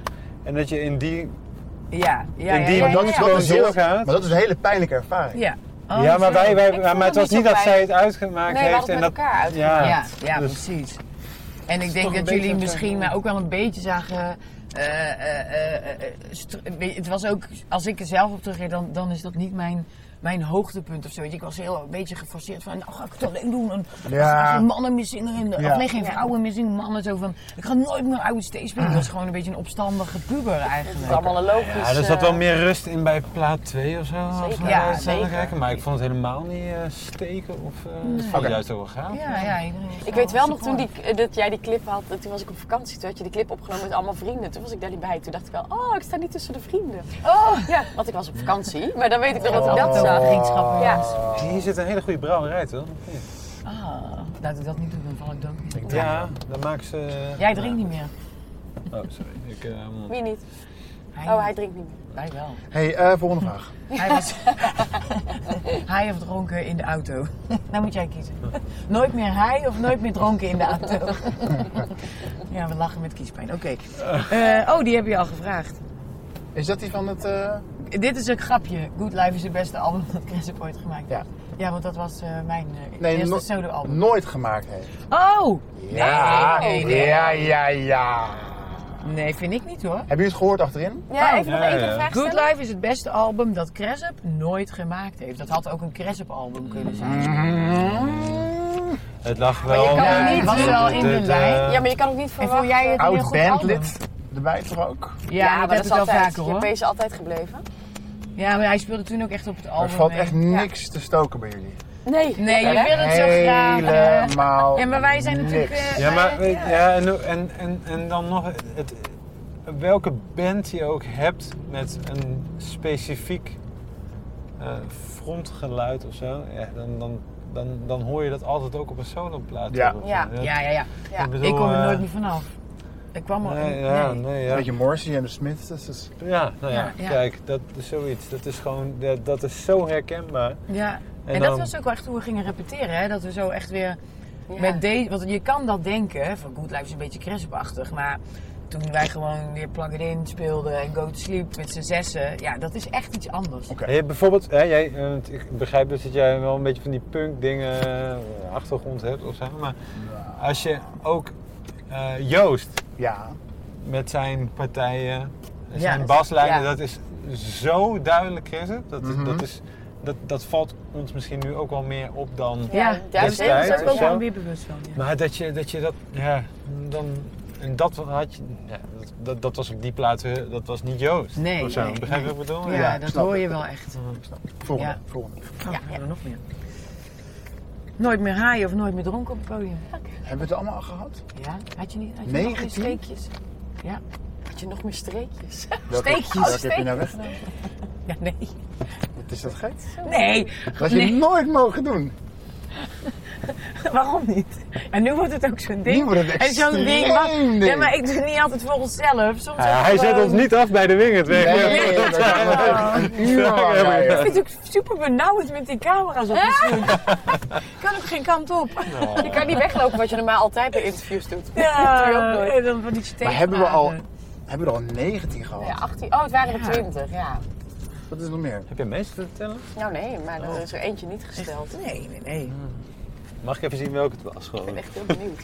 Speaker 5: En dat je in die.
Speaker 4: Oh,
Speaker 3: Ja, ja,
Speaker 5: In die-
Speaker 3: ja.
Speaker 2: Maar
Speaker 3: ja.
Speaker 2: dat is
Speaker 5: ja,
Speaker 2: gewoon
Speaker 5: dat is
Speaker 2: heel,
Speaker 5: doorgaat.
Speaker 2: maar dat is een hele pijnlijke ervaring.
Speaker 3: Ja. Oh,
Speaker 5: ja, maar,
Speaker 3: zo.
Speaker 5: wij,
Speaker 4: Ik
Speaker 5: wij,
Speaker 4: vond
Speaker 5: maar het
Speaker 4: het
Speaker 5: was
Speaker 4: niet
Speaker 5: niet
Speaker 4: zo
Speaker 5: dat zij het uitgemaakt
Speaker 4: Nee, we
Speaker 5: heeft.
Speaker 4: hadden het met elkaar uitgemaakt.
Speaker 5: ja,
Speaker 3: Ja, ja
Speaker 5: dus-
Speaker 3: precies. En ik denk
Speaker 2: toch een eh,
Speaker 3: dat jullie
Speaker 2: beetje
Speaker 3: misschien
Speaker 2: een-
Speaker 3: mij ook wel een beetje zagen. eh, eh, eh, eh, stru- weet je, het was ook, als ik er zelf op terugreed, dan, dan is dat niet mijn mijn hoogtepunt of zo. Ik was heel een beetje geforceerd van, nou ga ik het alleen doen. En
Speaker 2: Ja.
Speaker 3: ja. geen mannen meer zingen, in de-
Speaker 2: Ja.
Speaker 3: of nee, geen vrouwen meer zingen, mannen zo van, ik ga nooit meer oude stage spelen. Ik was gewoon een beetje een opstandige puber
Speaker 4: Het is
Speaker 3: eigenlijk.
Speaker 4: allemaal een logisch.
Speaker 5: Ja, er zat wel
Speaker 4: eh,
Speaker 5: meer rust in bij plaat 2 of zo. als we
Speaker 4: Zeker.
Speaker 5: naar
Speaker 3: Ja,
Speaker 5: het staan te
Speaker 4: zeker.
Speaker 5: kijken, maar ik vond het helemaal niet eh, steken of eh ik vond het
Speaker 2: Oké.
Speaker 5: juist ook wel gaaf.
Speaker 3: Ja, ja. Ik,
Speaker 4: Ik weet wel nog toen die, eh, dat jij die clip had, eh, toen was ik op vakantie, toen had je die clip opgenomen met allemaal vrienden. Toen was ik daar niet bij, toen dacht ik wel, oh, ik sta niet tussen de vrienden.
Speaker 3: Oh,
Speaker 4: Ja, want ik was op vakantie, maar dan weet ik nog dat ik dat
Speaker 3: Oh.
Speaker 4: zag.
Speaker 3: vriendschappen.
Speaker 4: Ja.
Speaker 2: Oh.
Speaker 5: Hier zit een hele goede brouwerij toch?
Speaker 3: ah, laat ik dat niet doen, dan val ik dood.
Speaker 5: Ja, daar maken ze...
Speaker 3: Jij drinkt niet meer.
Speaker 5: Oh, sorry. Ik, eh, moet-
Speaker 4: Wie niet?
Speaker 3: Hij,
Speaker 4: Oh, hij drinkt niet meer.
Speaker 3: Wij wel.
Speaker 2: hey, eh, volgende vraag.
Speaker 3: Hij was... (laughs) hij of dronken in de auto. (laughs) nou moet jij kiezen. Nooit meer hij of nooit meer dronken in de auto. (laughs) ja, we lachen met kiespijn. Oké. Eh, oh, die heb je al gevraagd.
Speaker 2: Is dat die van het... eh,
Speaker 3: Dit is een grapje. Good Life is het beste album dat Chris heb ooit gemaakt.
Speaker 2: Ja.
Speaker 3: ja, want dat was eh, mijn eh,
Speaker 2: Nee,
Speaker 3: eerste
Speaker 2: no-
Speaker 3: solo-album.
Speaker 2: nooit gemaakt heeft?
Speaker 3: Oh!
Speaker 2: Ja,
Speaker 3: nee, nee.
Speaker 2: ja, ja, ja.
Speaker 3: Nee, vind ik niet hoor.
Speaker 2: Hebben jullie het gehoord achterin?
Speaker 4: Ja,
Speaker 3: Oh.
Speaker 4: even nog
Speaker 5: Ja,
Speaker 4: één keer
Speaker 5: ja.
Speaker 4: een vraag
Speaker 3: Good
Speaker 4: stellen.
Speaker 3: Life is het beste album dat Cressup nooit gemaakt heeft. Dat had ook een Cressup album kunnen zijn.
Speaker 2: Mhm.
Speaker 3: Mhm.
Speaker 5: Het lag
Speaker 4: je
Speaker 5: wel...
Speaker 4: kan
Speaker 3: Ja,
Speaker 4: niet-
Speaker 3: het was wel in hun lijn.
Speaker 5: eh,
Speaker 4: Ja, maar je kan ook niet verwachten.
Speaker 3: vond jij het- Een heel
Speaker 2: Oud
Speaker 3: goed
Speaker 2: bandlid erbij toch ook?
Speaker 3: Ja, dat, heb
Speaker 4: is
Speaker 3: ik wel
Speaker 4: altijd.
Speaker 3: vaker hoor.
Speaker 4: Je is altijd gebleven.
Speaker 3: Ja, maar hij speelde toen ook echt op het album.
Speaker 2: Er valt
Speaker 3: mee.
Speaker 2: echt niks te stoken bij jullie.
Speaker 4: Nee.
Speaker 3: Nee, je
Speaker 4: hè?
Speaker 3: wil het zo graag. eh.
Speaker 2: Helemaal
Speaker 3: Ja, maar wij zijn natuurlijk.
Speaker 2: niks.
Speaker 3: eh,
Speaker 5: Ja, maar weet- ja, en, en, en, en dan nog, het, welke band je ook hebt met een specifiek eh, frontgeluid of zo, ja, dan, dan, dan, dan hoor je dat altijd ook op een soloplaat.
Speaker 2: Ja.
Speaker 5: terug.
Speaker 4: Ja.
Speaker 3: Ja, ja, ja.
Speaker 4: Ja.
Speaker 5: bedoel,
Speaker 3: Ik kom er
Speaker 5: eh,
Speaker 3: nooit meer vanaf. Ik kwam er.
Speaker 5: Nee, ja,
Speaker 3: nee.
Speaker 5: nee,
Speaker 2: Een
Speaker 5: ja.
Speaker 2: beetje Morrissey en de Smiths. dus dat is-
Speaker 5: ja, nou ja,
Speaker 3: Ja, ja.
Speaker 5: kijk, dat is zoiets. Dat is gewoon, dat, dat is zo herkenbaar.
Speaker 3: Ja. En,
Speaker 5: En
Speaker 3: dat
Speaker 5: dan-
Speaker 3: was ook wel echt hoe we gingen repeteren. Hè? Dat we zo echt weer
Speaker 4: Ja.
Speaker 3: met deze... Want je kan dat denken, hè, van Good Life is een beetje crespachtig. Maar toen wij gewoon weer Plug It In speelden en Go To Sleep met z'n zessen. Ja, dat is echt iets anders.
Speaker 2: Oké.
Speaker 5: Hey, bijvoorbeeld, hè, jij, eh, want ik begrijp dus dat jij wel een beetje van die punk dingen eh, achtergrond hebt of zo, maar als je ook eh, Joost
Speaker 2: Ja.
Speaker 5: met zijn partijen,
Speaker 3: Ja,
Speaker 5: zijn
Speaker 3: dat-
Speaker 5: baslijnen,
Speaker 3: ja.
Speaker 5: dat is zo duidelijk is het. Dat, is-
Speaker 2: Mhm.
Speaker 5: dat, is, dat, dat valt ons misschien nu ook wel meer op dan.
Speaker 3: Ja,
Speaker 4: Ja,
Speaker 3: daar
Speaker 5: destijds
Speaker 3: zijn we
Speaker 5: of
Speaker 3: ons Dus ook
Speaker 5: zo.
Speaker 3: wel weer bewust van. ja.
Speaker 5: Maar dat je dat, je dat ja, dan, en dat had je, ja, dat, dat, dat was op die plaat, eh, dat was niet Joost.
Speaker 3: Nee,
Speaker 5: of zo.
Speaker 3: nee, Oh
Speaker 5: Begrijp je wat ik bedoel?
Speaker 3: Ja,
Speaker 2: Ja,
Speaker 3: dat
Speaker 2: snap
Speaker 3: hoor
Speaker 2: ik.
Speaker 3: je wel echt.
Speaker 2: Volgende,
Speaker 3: Ja.
Speaker 2: volgende.
Speaker 3: Ja, ja. nog meer. Oh. Nooit meer haaien of nooit meer dronken op het podium.
Speaker 2: Hebben we het allemaal al gehad?
Speaker 3: Ja, had je niet? Had je nog
Speaker 2: Negentien?
Speaker 3: geen streekjes? Ja.
Speaker 4: Had je nog meer streekjes?
Speaker 2: Welke-
Speaker 3: Steekjes.
Speaker 2: Welke heb je nou weggedaan?
Speaker 3: Ja, nee.
Speaker 2: Wat is dat gek?
Speaker 5: Oh.
Speaker 3: Nee, (laughs)
Speaker 2: Dat had je nooit mogen doen.
Speaker 3: waarom niet? En nu wordt het ook zo'n
Speaker 2: Nu
Speaker 3: ding.
Speaker 2: wordt het
Speaker 3: en zo'n ding.
Speaker 2: extreem
Speaker 3: maar-
Speaker 2: ding.
Speaker 3: Ja, maar ik doe het niet altijd voor onszelf. Soms
Speaker 5: Ja, hij zet ons niet af bij de wingerd weg.
Speaker 2: Nee, dat zijn we echt een uur lang bij,
Speaker 3: Ik
Speaker 2: joh.
Speaker 3: vind het ook super benauwend met die camera's op de schoen. Ik kan ook geen kant op.
Speaker 4: Je kan niet weglopen wat je normaal altijd bij interviews doet. Dat doe je ook
Speaker 3: Ja,
Speaker 4: nooit.
Speaker 3: en dan van die steekjes.
Speaker 2: Maar hebben we al, hebben we er al 19 gehad?
Speaker 4: Ja, 18. Oh, het waren
Speaker 3: Ja.
Speaker 4: er 20. Ja.
Speaker 2: Wat is er nog meer?
Speaker 5: Heb je mensen te vertellen?
Speaker 4: Nou nee, maar er is er eentje niet gesteld.
Speaker 3: Nee, nee, nee.
Speaker 5: Mag ik even zien welke het was? Gewoon?
Speaker 4: Ik ben echt heel benieuwd.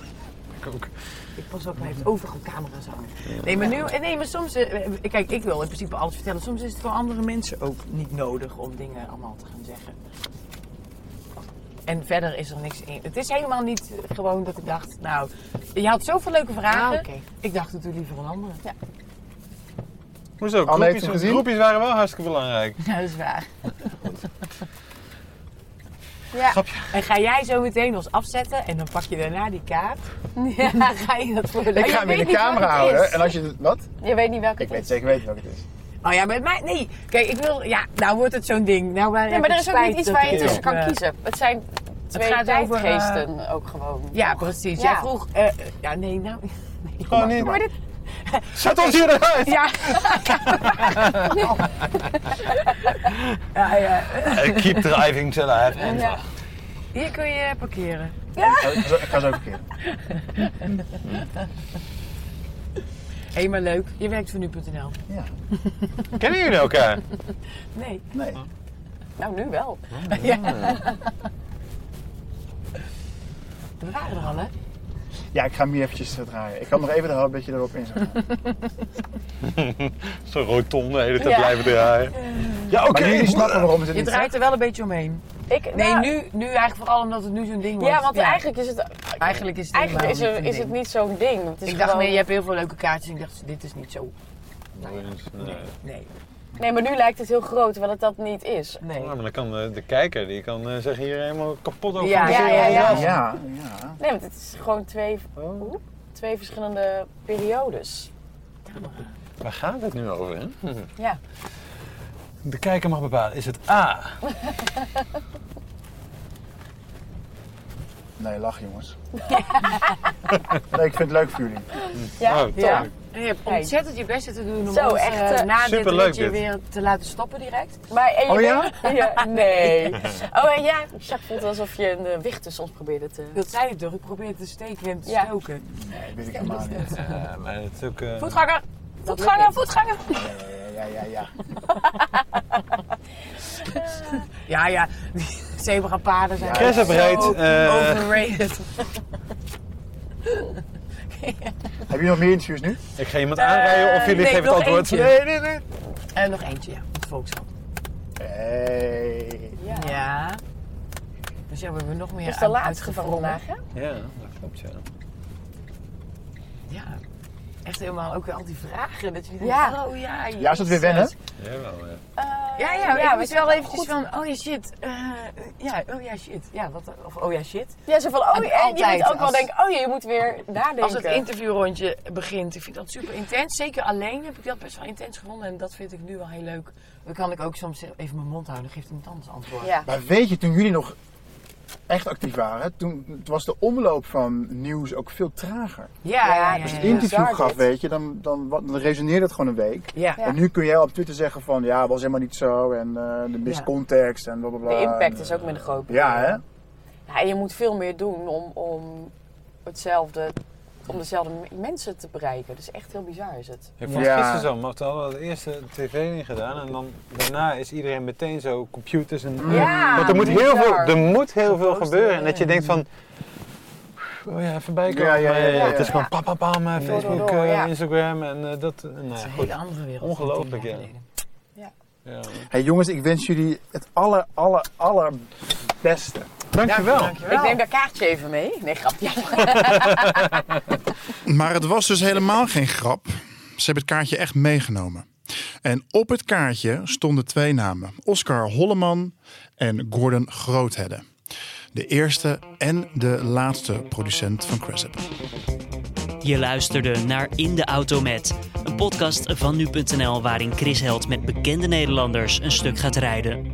Speaker 3: Ik pas op, hij heeft overal camera's aan. Nee, maar, nu, nee, maar soms... eh, Kijk, ik wil in principe alles vertellen. Soms is het voor andere mensen ook niet nodig om dingen allemaal te gaan zeggen. En verder is er niks in. Het is helemaal niet eh, gewoon dat ik dacht... Nou, je had zoveel leuke vragen.
Speaker 4: Ah, oké.
Speaker 3: Ik dacht, ik doe liever een
Speaker 4: (laughs)
Speaker 3: andere.
Speaker 5: (laughs) Hoezo?
Speaker 2: Anne heeft
Speaker 5: Groepjes,
Speaker 2: hem gezien.
Speaker 5: groepjes waren wel hartstikke belangrijk.
Speaker 3: Ja, dat is waar.
Speaker 4: (laughs) Ja.
Speaker 3: En ga jij zo meteen ons afzetten en dan pak je daarna die kaart.
Speaker 4: (laughs) Ja, ga je dat voor
Speaker 2: Ik ga hem in de camera houden. En als je... Wat?
Speaker 4: Je weet niet welke
Speaker 2: Ik
Speaker 4: het
Speaker 2: weet
Speaker 4: is.
Speaker 2: zeker weten wat het is.
Speaker 3: Oh ja, met mij... Nee, kijk, ik wil... Ja, nou wordt het zo'n ding. Nou, waar
Speaker 4: Nee, maar er is ook niet iets waar je tussen kan
Speaker 3: kiezen.
Speaker 4: kiezen. Het zijn twee
Speaker 3: gaat over, eh,
Speaker 4: tijdgeesten ook gewoon.
Speaker 3: Ja, precies.
Speaker 4: Ja.
Speaker 3: Jij vroeg... eh, ja, nee, nou...
Speaker 5: Gewoon niet.
Speaker 2: maar
Speaker 5: Zet ons hier eruit!
Speaker 3: Ja. ja, ja.
Speaker 5: (laughs) keep driving till I have
Speaker 4: Ja.
Speaker 3: Hier kun je parkeren.
Speaker 2: Ik ga zo- ik ga zo ook een keer.
Speaker 3: Hé, maar leuk. Je werkt voor nu.nl.
Speaker 2: Ja.
Speaker 5: Kennen jullie elkaar?
Speaker 3: Nee.
Speaker 2: Nee.
Speaker 4: Nou, nu wel.
Speaker 3: We waren er al, hè?
Speaker 2: Ja, ik ga hem hier eventjes eh, draaien. Ik kan nog even een beetje erop inzetten.
Speaker 5: Zo'n rotonde de hele tijd
Speaker 4: Ja.
Speaker 5: blijven draaien. Ja, oké.
Speaker 2: Maar jullie snappen waarom ze
Speaker 3: Je
Speaker 2: dit
Speaker 3: draait er wel een beetje omheen.
Speaker 4: Ik,
Speaker 3: Nee,
Speaker 4: nou,
Speaker 3: nu, nu eigenlijk vooral omdat het nu zo'n ding wordt.
Speaker 4: Ja, want eigenlijk is het,
Speaker 3: Eigenlijk is het,
Speaker 4: eigenlijk is,
Speaker 3: helemaal
Speaker 4: er,
Speaker 3: niet zo'n
Speaker 4: is het
Speaker 3: ding.
Speaker 4: niet zo'n ding. Het is
Speaker 3: ik dacht
Speaker 4: gewoon-
Speaker 3: meer, je hebt heel veel leuke kaartjes. Ik dacht, dit is niet zo.
Speaker 5: Nee.
Speaker 3: Nee,
Speaker 4: Nee, maar nu lijkt het heel groot, terwijl het dat niet is.
Speaker 3: nee.
Speaker 5: Ja, maar dan kan de, de kijker, die kan eh, zeggen hier helemaal kapot over.
Speaker 3: Ja,
Speaker 5: de
Speaker 4: ja,
Speaker 5: zin.
Speaker 4: ja.
Speaker 2: Ja, ja.
Speaker 4: Nee, want het is gewoon twee,
Speaker 5: Oh,
Speaker 4: twee verschillende periodes.
Speaker 5: waar gaat het nu over? Hè?
Speaker 4: Ja.
Speaker 5: De kijker mag bepalen, is het A?
Speaker 2: Nee, lach jongens. nee, ik vind het leuk voor jullie.
Speaker 4: Ja,
Speaker 5: Oh,
Speaker 4: ja.
Speaker 5: tof.
Speaker 3: En je hebt ontzettend je best te doen om
Speaker 4: Zo,
Speaker 3: ons,
Speaker 4: echt,
Speaker 3: eh,
Speaker 4: eh,
Speaker 3: na dit
Speaker 5: superleuk
Speaker 3: liedje
Speaker 5: dit.
Speaker 3: weer te laten stoppen direct.
Speaker 4: Maar, en je
Speaker 2: Oh ja?
Speaker 4: bent- (laughs)
Speaker 3: (laughs)
Speaker 4: ja? Nee. Oh en ja, Jacques voelt alsof je een eh, wicht tussen ons probeerde te...
Speaker 3: Dat zei ik toch, ik probeer te steken en te
Speaker 4: Ja.
Speaker 3: stoken.
Speaker 2: Nee, weet ik helemaal niet.
Speaker 5: Ja, maar het is ook... eh,
Speaker 4: Voetganger! Voetganger, voetganger!
Speaker 2: Ja, ja, ja, ja.
Speaker 3: Ja, ja, (laughs) die zebrapaden zijn
Speaker 5: Chris heeft
Speaker 3: zo
Speaker 5: reed, eh,
Speaker 3: overrated.
Speaker 2: Heb je nog meer interviews nu?
Speaker 5: ik ga iemand aanrijden of
Speaker 3: Eh,
Speaker 5: jullie
Speaker 3: nee,
Speaker 5: geven het
Speaker 3: nog
Speaker 5: antwoord.
Speaker 3: eentje.
Speaker 5: Nee, nee, nee.
Speaker 3: En nog eentje, ja, het Volkswagen.
Speaker 2: Hey.
Speaker 4: Ja.
Speaker 3: Ja. Dus ja, we hebben nog meer
Speaker 4: Dat is de
Speaker 3: uit-
Speaker 4: laatste van
Speaker 3: uitgevrongen.
Speaker 4: vandaag, hè?
Speaker 5: Ja, dat klopt, ja.
Speaker 3: Ja. Echt helemaal ook weer al die vragen. Dat je denkt,
Speaker 4: Ja.
Speaker 3: oh ja.
Speaker 2: Ja, is dat weer wennen?
Speaker 5: Jawel, ja.
Speaker 3: Ja, ja,
Speaker 4: Ja,
Speaker 3: ik
Speaker 4: we
Speaker 3: wist
Speaker 4: zijn
Speaker 3: wel
Speaker 4: wel
Speaker 3: eventjes
Speaker 4: goed.
Speaker 3: van, oh ja, shit. eh, ja, oh ja, shit. Ja, wat, of oh ja, shit.
Speaker 4: Ja, zo van, oh, en je
Speaker 3: altijd
Speaker 4: moet ook wel
Speaker 3: als-
Speaker 4: denken, oh ja, je moet weer nadenken.
Speaker 3: Als het interviewrondje begint, ik vind dat super intens. Zeker alleen heb ik dat best wel intens gevonden en dat vind ik nu wel heel leuk. Dan kan ik ook soms even mijn mond houden, dan geeft iemand anders antwoord.
Speaker 4: Ja.
Speaker 2: Maar weet je, toen jullie nog echt actief waren, toen was de omloop van nieuws ook veel trager.
Speaker 3: ja, ja.
Speaker 4: Ja,
Speaker 3: ja,
Speaker 5: Dus
Speaker 2: Als je
Speaker 3: ja.
Speaker 2: een interview
Speaker 4: Bizar
Speaker 2: gaf,
Speaker 4: dit.
Speaker 2: weet je, dan, dan, wat- dan resoneerde dat gewoon een week.
Speaker 3: Ja.
Speaker 4: Ja.
Speaker 2: En nu kun jij op Twitter zeggen van, ja, was helemaal niet zo en eh de
Speaker 3: Ja.
Speaker 2: miscontext en blablabla.
Speaker 4: De impact is ook minder groot.
Speaker 2: Ja, hè?
Speaker 4: Ja, en je moet veel meer doen om, om hetzelfde, om dezelfde m- mensen te bereiken. Dus echt heel bizar is het.
Speaker 5: Ik vond
Speaker 2: Ja.
Speaker 5: het gisteren zo, maar toen hadden we het eerste tv niet gedaan en dan daarna is iedereen meteen zo computers en...
Speaker 4: Ja,
Speaker 5: Want er moet heel
Speaker 4: bizar.
Speaker 5: veel, er moet heel veel
Speaker 3: Gepost,
Speaker 5: gebeuren en
Speaker 3: ja.
Speaker 5: dat je denkt van... Oh ja, even bijkomen.
Speaker 2: Ja, ja, ja, ja,
Speaker 5: Het is
Speaker 2: ja.
Speaker 5: gewoon pam, pam, pam, eh,
Speaker 4: Door, door,
Speaker 5: Facebook,
Speaker 4: door,
Speaker 5: eh,
Speaker 4: ja.
Speaker 5: Instagram en eh, dat. eh, Nou,
Speaker 3: Het is een
Speaker 5: goed.
Speaker 3: hele andere wereld.
Speaker 5: Ongelooflijk,
Speaker 3: dan tien jaar
Speaker 5: ja.
Speaker 3: geleden.
Speaker 5: Ja.
Speaker 2: Hey jongens, ik wens jullie het aller, aller, aller beste.
Speaker 5: Dankjewel.
Speaker 4: Ik neem daar kaartje even mee. Nee, grapje.
Speaker 6: Maar het was dus helemaal geen grap. Ze hebben het kaartje echt meegenomen. En op het kaartje stonden twee namen: Oscar Holleman en Gordon Groothedde. De eerste en de laatste producent van Cresap.
Speaker 1: Je luisterde naar In de Auto Met, een podcast van nu.nl waarin Chris Held met bekende Nederlanders een stuk gaat rijden.